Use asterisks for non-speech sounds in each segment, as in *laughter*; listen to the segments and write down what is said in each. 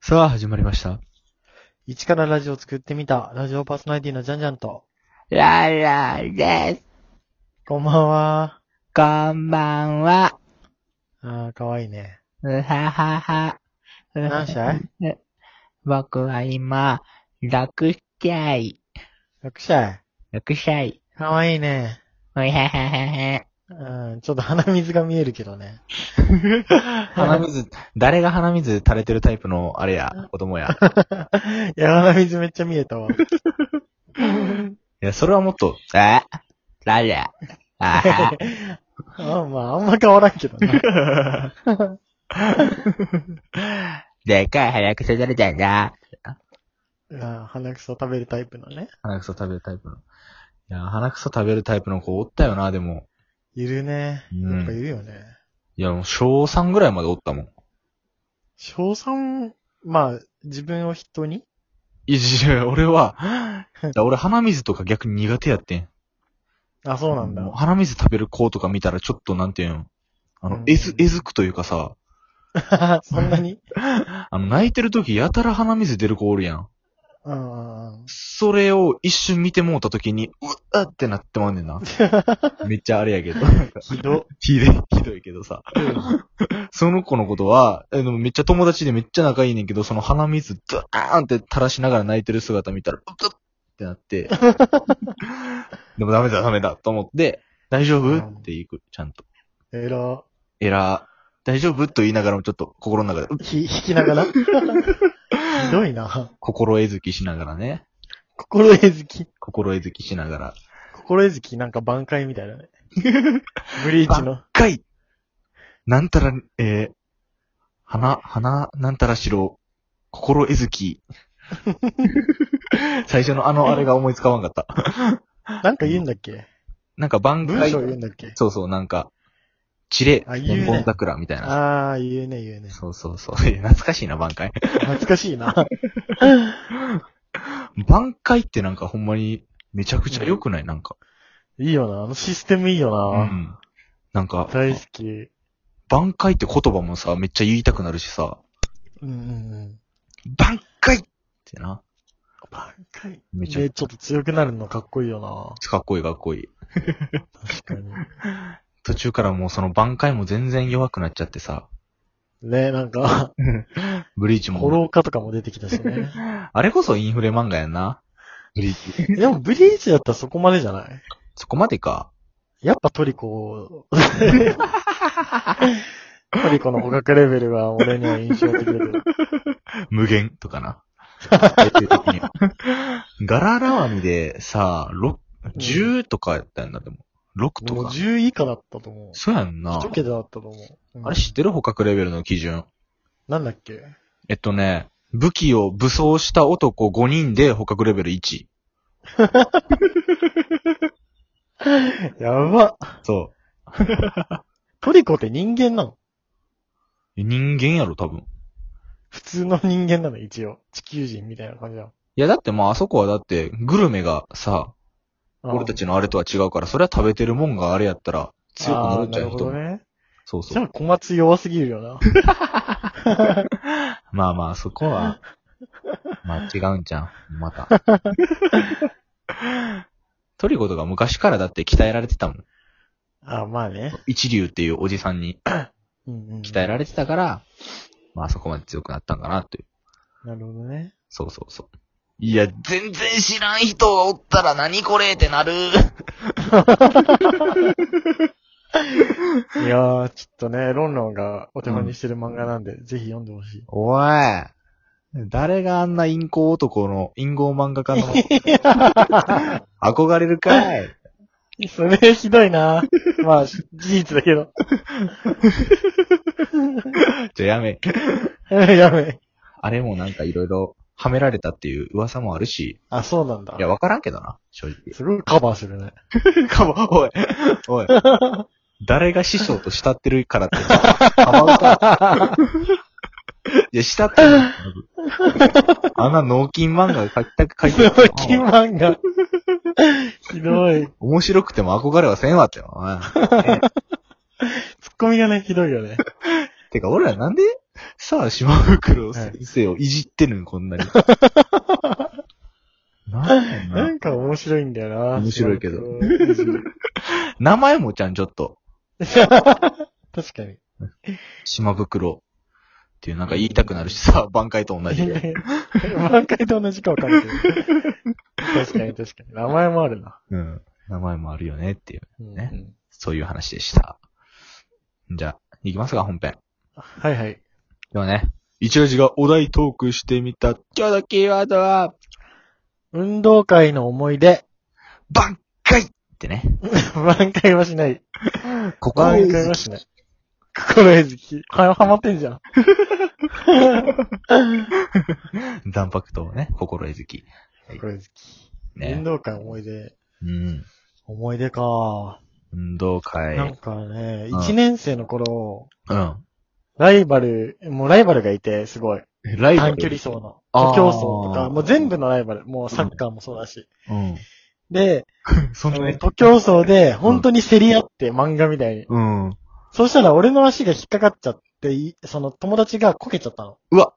さあ、始まりました。一からラジオを作ってみた、ラジオパーソナリティのジャンジャンと、ララです。こんばんは。こんばんは。あー、かわいいね。うははは。何歳僕は今、6歳。 ?6 歳。 6歳。かわいいね。うはははは。うん、ちょっと鼻水が見えるけどね。鼻水、誰が鼻水垂れてるタイプの、あれや、子供や。いいや、鼻水めっちゃ見え *laughs* たわ。や、それはもっと、えララ。あ *laughs* はあまあ、あんま変わらんけどね。でかい早く育れたんあだ。ー鼻くそ食べるタイプのね。鼻くそ食べるタイプの。いや、鼻くそ食べるタイプの子おったよな、でも。いるね。うんなんかいるよね。いや、もう小3ぐらいまでおったもん。小3、まあ、自分を人にいや、いや俺 *laughs* は、だから俺鼻水とか逆に苦手やってん。あ、そうなんだも。鼻水食べる子とか見たらちょっとなんていうん。あうのん、えず、えずくというかさ、 *laughs* そんなにあの、泣いてる時やたら鼻水出る子おるやん。うんうんうん。それを一瞬見てもうた時に、うわっってなってまうねん *laughs* な。めっちゃあれやけど。ひど。ひどい、ひどいけどさ。 *laughs* その子のことは、えでもめっちゃ友達でめっちゃ仲いいねんけど、その鼻水ドーンって垂らしながら泣いてる姿見たら、うっってなって。 *laughs* でもダメだ、ダメだ、と思って、大丈夫って言う、ちゃんと。えら。エラー。大丈夫と言いながらもちょっと心の中で、うっひ、引きなが *laughs* らひどいな。心得づきしながらね。心得ずき。心得づきしながら。心得ずきなんか挽回みた *laughs* いだね。ブリーチの。かいなんたら、えー、花、花、なんたらしろ、心えず *laughs* き。最初のあのあれが思いつかわんかった。なんか言うんだっけなんか番文組章、言うんだっけそうそう、なんか、チレ、あ言レうねンボン桜みたいな。あー、言うね言うね。そうそうそう。いや懐かしいな、挽回。懐かしいな。 *laughs* 挽回ってなんかほんまにめちゃくちゃ良くないなんか。いいよな。あのシステムいいうよな。ん。なんか、大好き。うん挽回って言葉もさ、めっちゃ言いたくなるしさ、うんうん。挽回ってな。挽回。めね、ちちゃょくっと強くなるのかっこいいよかっこいいかっこいい。な。確かに。 *laughs* 途中からもうその挽回も全然弱くなっちゃってさ、ね、なんか、ブリーチ *laughs* フォも、ロー家とかも出てきたしね。あれこそインフレ漫画やんな。ブリーチ。でもブリーチだったらそこまでじゃないそこまでか。やっぱトリコ、トリコの捕獲レベルが俺には印象的だけど。無限とかな。徹底的にはガララワミでさ、六10とかやったんだでも。6と *laughs* もうか。 10以下だったと思う。そうやんな一。桁だったと思う。うんあれ知ってる捕獲レベルの基準。なんだっけえっとね、武器を武装した男5人で捕獲レベル1。やば。そう。トリコって人間なの人間やろ、多分。普通の人間なの一応。地球人みたいな感じだの。いや、だってまあ、あそこはだって、グルメがさ、あー俺たちのあれとは違うから、それは食べてるもんがあれやったら、強くなるんじゃあないーなるほ人ども、ね。そうじそゃう。あ小松弱すぎるよな。まあまあ、そこは、まあ違うんじゃん。ま *laughs* た。トリコとか昔からだって鍛えられてたもん。あーまあね。一流っていうおじさんにうんうん。鍛えられてたから、まあそこまで強くなったんかなっていう。なるほどね。そうそうそう。いや、全然知らん人がおったら何これってなる。いやー、ちょっとね、ロンロンがお手本にしてる漫画なんで、ぜひ読んでほしい。おい。誰があんな陰行男の、陰謀漫画家 *laughs* の、憧れるかい。それひどいな。 *laughs* まあ、事実だけど。 *laughs* じゃあやめ。やめ。あれもなんかいろいろ、はめられたっていう噂もあるし、あ、そうなんだい。や、わからんけどな、正直。すごいカバーするね。かも、おい、おい。誰が師匠と慕ってるからって、かまうか。いや、慕ってるよ。 *laughs* あんな脳筋漫画書きたく書いてするごい、キマンが。ひどい。ツ面白くても憧れはせんわってよ。お前ッコミがね、ひどいよね。てか、俺らなんでさあ、島袋先生をいじってるん、こん *laughs* なに。なんやろななんか面白いんだよな。面白いけど島袋のい名前もちゃん、ちょっと。じり確かに。島袋。っていう、なんか言いたくなるしさ、挽回と同じ *laughs* で。満開と同じかわかんないけど。確かに確かに。名前もあるな。うん。名前もあるよねっていう、うんねそういう話でした。じゃあ、行きますか、本編。はいはい。ではね、一応じがお題トークしてみた、今日のキーワードは、運動会の思い出。 *laughs* 挽回ってね。満開はしない。ここ満開はしない。心えずき。は、はまってんじゃん。断白とね、心えずき。心えずき。運ね。動会思い出。うん。思い出か。運動会。なんかね、うん一年生の頃、うん。ライバル、もうライバルがいて、すごい。ライバル短距離走の。あー徒競走とか、もう全部のライバル。もうサッカーもそうだし。で、うん。そのね。徒競走で、本当に競り合って、漫画みたいに。うん。うそしたら俺の足が引っかかっちゃって、いその友達がこけちゃったの。わ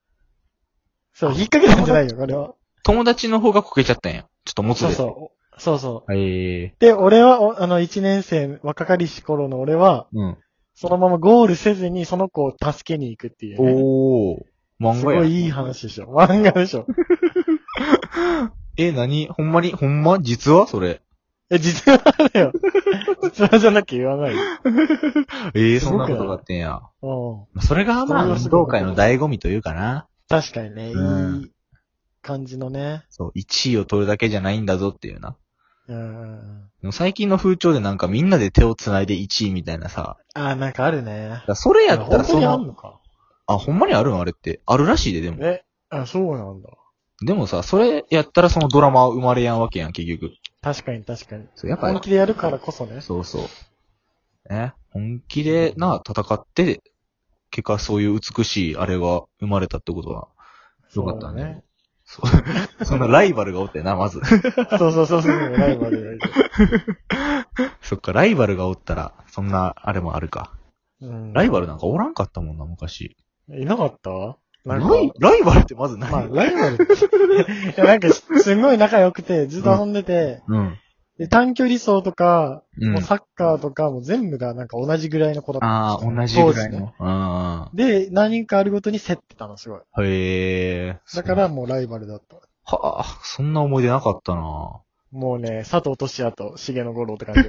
そう、引っ掛けたんじゃないよ、これは。友達の方がこけちゃったんや。ちょっともつそうで。そう。そうそう。ええで、俺は、おあの、一年生、若かりし頃の俺は、うん。そのままゴールせずにその子を助けに行くっていう、ね。おー。漫す画ごや。いいい話でしょ。漫画でしょ。え、何ほんまにほんま実はそれ。え、実話だよ。実話じゃなきゃ言わないよ。ええすそんごなくないことがあってんや。うん。まあそれがまあ、それは運すごい動会の醍醐味というかな。確かにね、うんいい感じのね。そう、1位を取るだけじゃないんだぞっていうな。うん。でも最近の風潮でなんかみんなで手を繋いで1位みたいなさ。あー、なんかあるねだか。らそれやったら本当そにあんの、のか。あ、ほんまにあるんあれって。あるらしいで、でも。え、あ、そうなんだ。でもさ、それやったらそのドラマは生まれやんわけやん、結局。確かに確かに。そう、やっぱ本気でやるからこそね。そうそう。ね、本気でな、戦って、結果そういう美しいあれが生まれたってことは、よかったね。そう。そんなライバルがおったよな、まず。 *laughs* そうそうそうそう、ライバルがいる。そっか、ライバルがおったら、そんな、あれもあるか。うんライバルなんかおらんかったもんな、昔。いなかったラなイんか、ライバルってまずない、まあ、ライバル *laughs* って。いや、なんか、すごい仲良くて、ずっと遊んでて、うん。で短距離走とか、うんもう。サッカーとか、もう全部がなんか同じぐらいの子だった。ああ、同じぐらい当時ねの。あで、何かあるごとに競ってたの、すごい。あ。へえ。だから、もうライバルだった。そうはあ、そんな思い出なかったなもうね、佐藤俊也と重野五郎って感じ。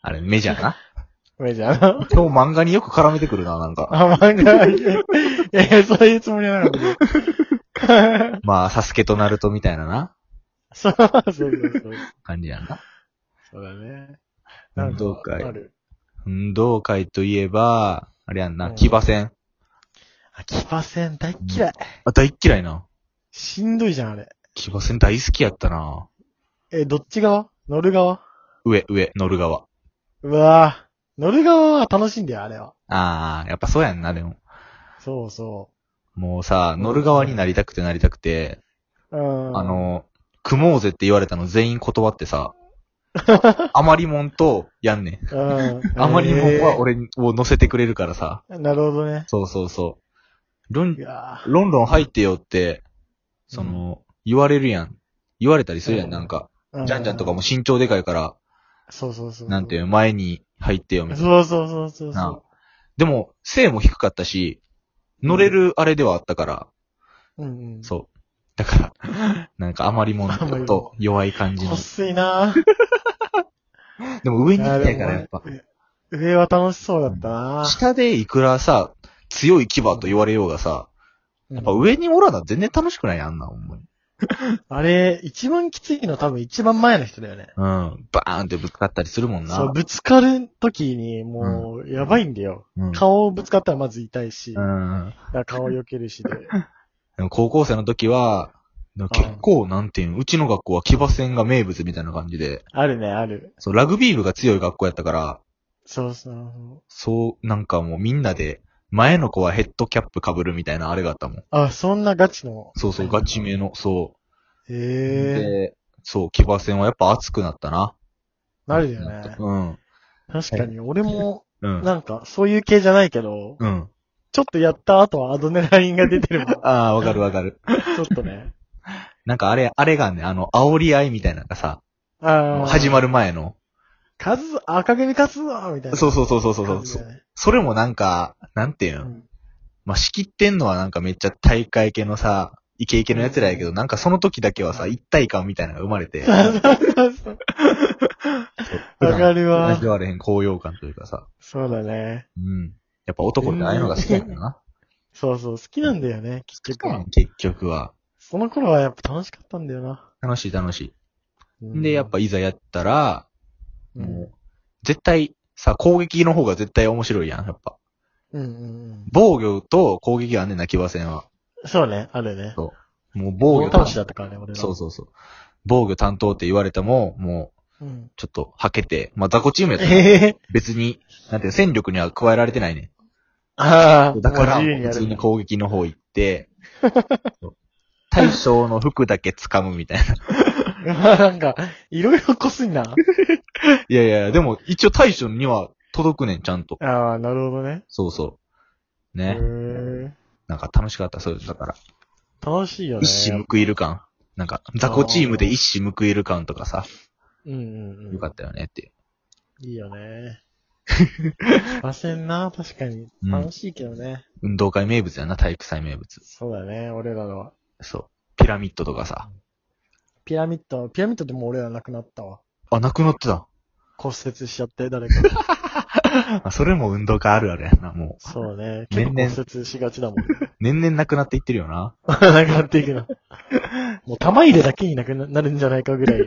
あれ、メジャ *laughs* ーな。メジャーな。今日漫画によく絡めてくるな、なんか。 *laughs* あ、漫画、いやいや、そういうつもりはなかったけど。 *laughs* まあ、サスケとナルトみたいなな、そうそうそうそう。感じやんな。そうだね。運動会ある。運動会といえば、あれやんうな、ん騎馬戦。あ、騎馬戦大っ嫌い。あ、大っ嫌いな。しんどいじゃん、あれ。騎馬戦大好きやったなえ、どっち側乗る側上、上、乗る側。うわぁ。乗る側は楽しいんだよ、あれは。ああ、やっぱそうやんな、でも。そうそもうさ、乗る側になりたくてなりたくて、う。うん。あ、の、組もうぜって言われたの全員断って *laughs* さ、あまりもんとやんねん。うん。あまりもんは俺俺を乗せてくれるからさ。なるほどね。そうそうそう。ロンい、やロンロン入ってよって、その、言われるやん。言われたりするや、うんんなんか。ージャンジャンとかもう身長でかいから、そうそうそう。なんていうの、前に入ってよ、みたいな。そうそうそうそうなそあでも、背も低かったし、乗れるあれではあったから、う。うんうん。そう。だから、 *laughs* なんかあまりもんあまりもんと弱い感じのこっ。すいなぁ。でも上にい行やきたでもいからやっぱ。上は楽しそうだったなぁ。下でいくらさ、強い牙と言われようがさ、やっぱうん上におらな全然楽しくないやんあんな、ほんまに。あれ、一番きついの多分一番前の人だよね。うん。バーンってぶつかったりするもんそう、な。ぶつかる時にもう、やばいんだよ。うん。顔ぶつかったらまず痛いし、だかうん。ら顔避けるしで。でも高校生の時は、でも結構、なんていうん、うちの学校は騎馬戦が名物みたいな感じで、あるね、ある。そう、ラグビー部が強い学校やったから、そうそう。そう、なんかもうみんなで、前の子はヘッドキャップ被るみたいなあれがあったもん。あ、そんなガチの。そうそう、ガチめの、そへう。え。で、そう、騎馬戦はやっぱ熱くなったな。なるよね。うん。確かに、俺も、うん。なんか、そういう系じゃないけど、うん。ちょっとやった後はアドネラインが出てる *laughs* もん。ちああ、わかるわかる。ょっとね。なんかあれ、あれがね、あの、煽り合いみたいなのがさ、ああ。始まる。る前の。勝つぞ、赤組勝つぞみたいな。そうそうそうそうそう感じそだう。ねそれもなんか、なんていううのんまあ、仕切ってんのはなんかめっちゃ大会系のさ、イケイケの奴らやけど、なんかその時だけはさ、一体感みたいなのが生まれて、そうそうわかるわ味わわれへん高揚感というかさ。そうだね。うん。やっぱ男ってああいうのが好きなんだな。そうそう、好きなんだよね、結局は。結局は。その頃はやっぱ楽しかったんだよな。楽しい楽しうんい。で、やっぱ、いざやったら、うんもう、絶対、さ、攻撃の方が絶対面白いやん、やっぱ。うんうんうん。防御と攻撃はね、泣き場戦は。そうね、あるね。もう防御倒しだったからね、俺ら。そうそうそう。防御担当って言われても、もう、う。うん。ちょっと、はけて、まあ、雑魚チームやったら *laughs* ええ別に、なんていうの戦力には加えられてないね。ああ、だから、もう自由に普やる通んだに攻撃の方行って、 *laughs* 大将の服だけ掴むみたいな。 *laughs* なんか、いろいろこ *laughs* すんな。いやいや、でも一応大将には届くねん、ちゃんと。ああ、なるほどね。そうそう。へね。えなんか楽しかった、そうだから。楽しいよね。一矢報いる感。なんか、雑魚チームで一矢報いる感とかさ、うんうんうん。よかったよねって。いいよね。ませんな、確かに。うん楽しいけどね。運動会名物やな、体育祭名物。そうだね、俺らのは。そう。ピラミッドとかさ。ピラミッド、ピラミッドでも俺らなくなったわ。あ、なくなってた。骨折しちゃって、誰 *laughs* か。あそれも運動会あるあるやな、もう。そうね。結年構々骨折しがちだもん、 *laughs* ね。年々なくなっていってるよな。なくなっていくな。もう玉入れだけになくななるんじゃないかぐらい。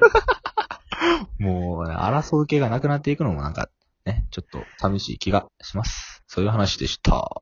もう、ね、争う気がなくなっていくのもなんか、ね、ちょっと寂しい気がします。そういう話でした。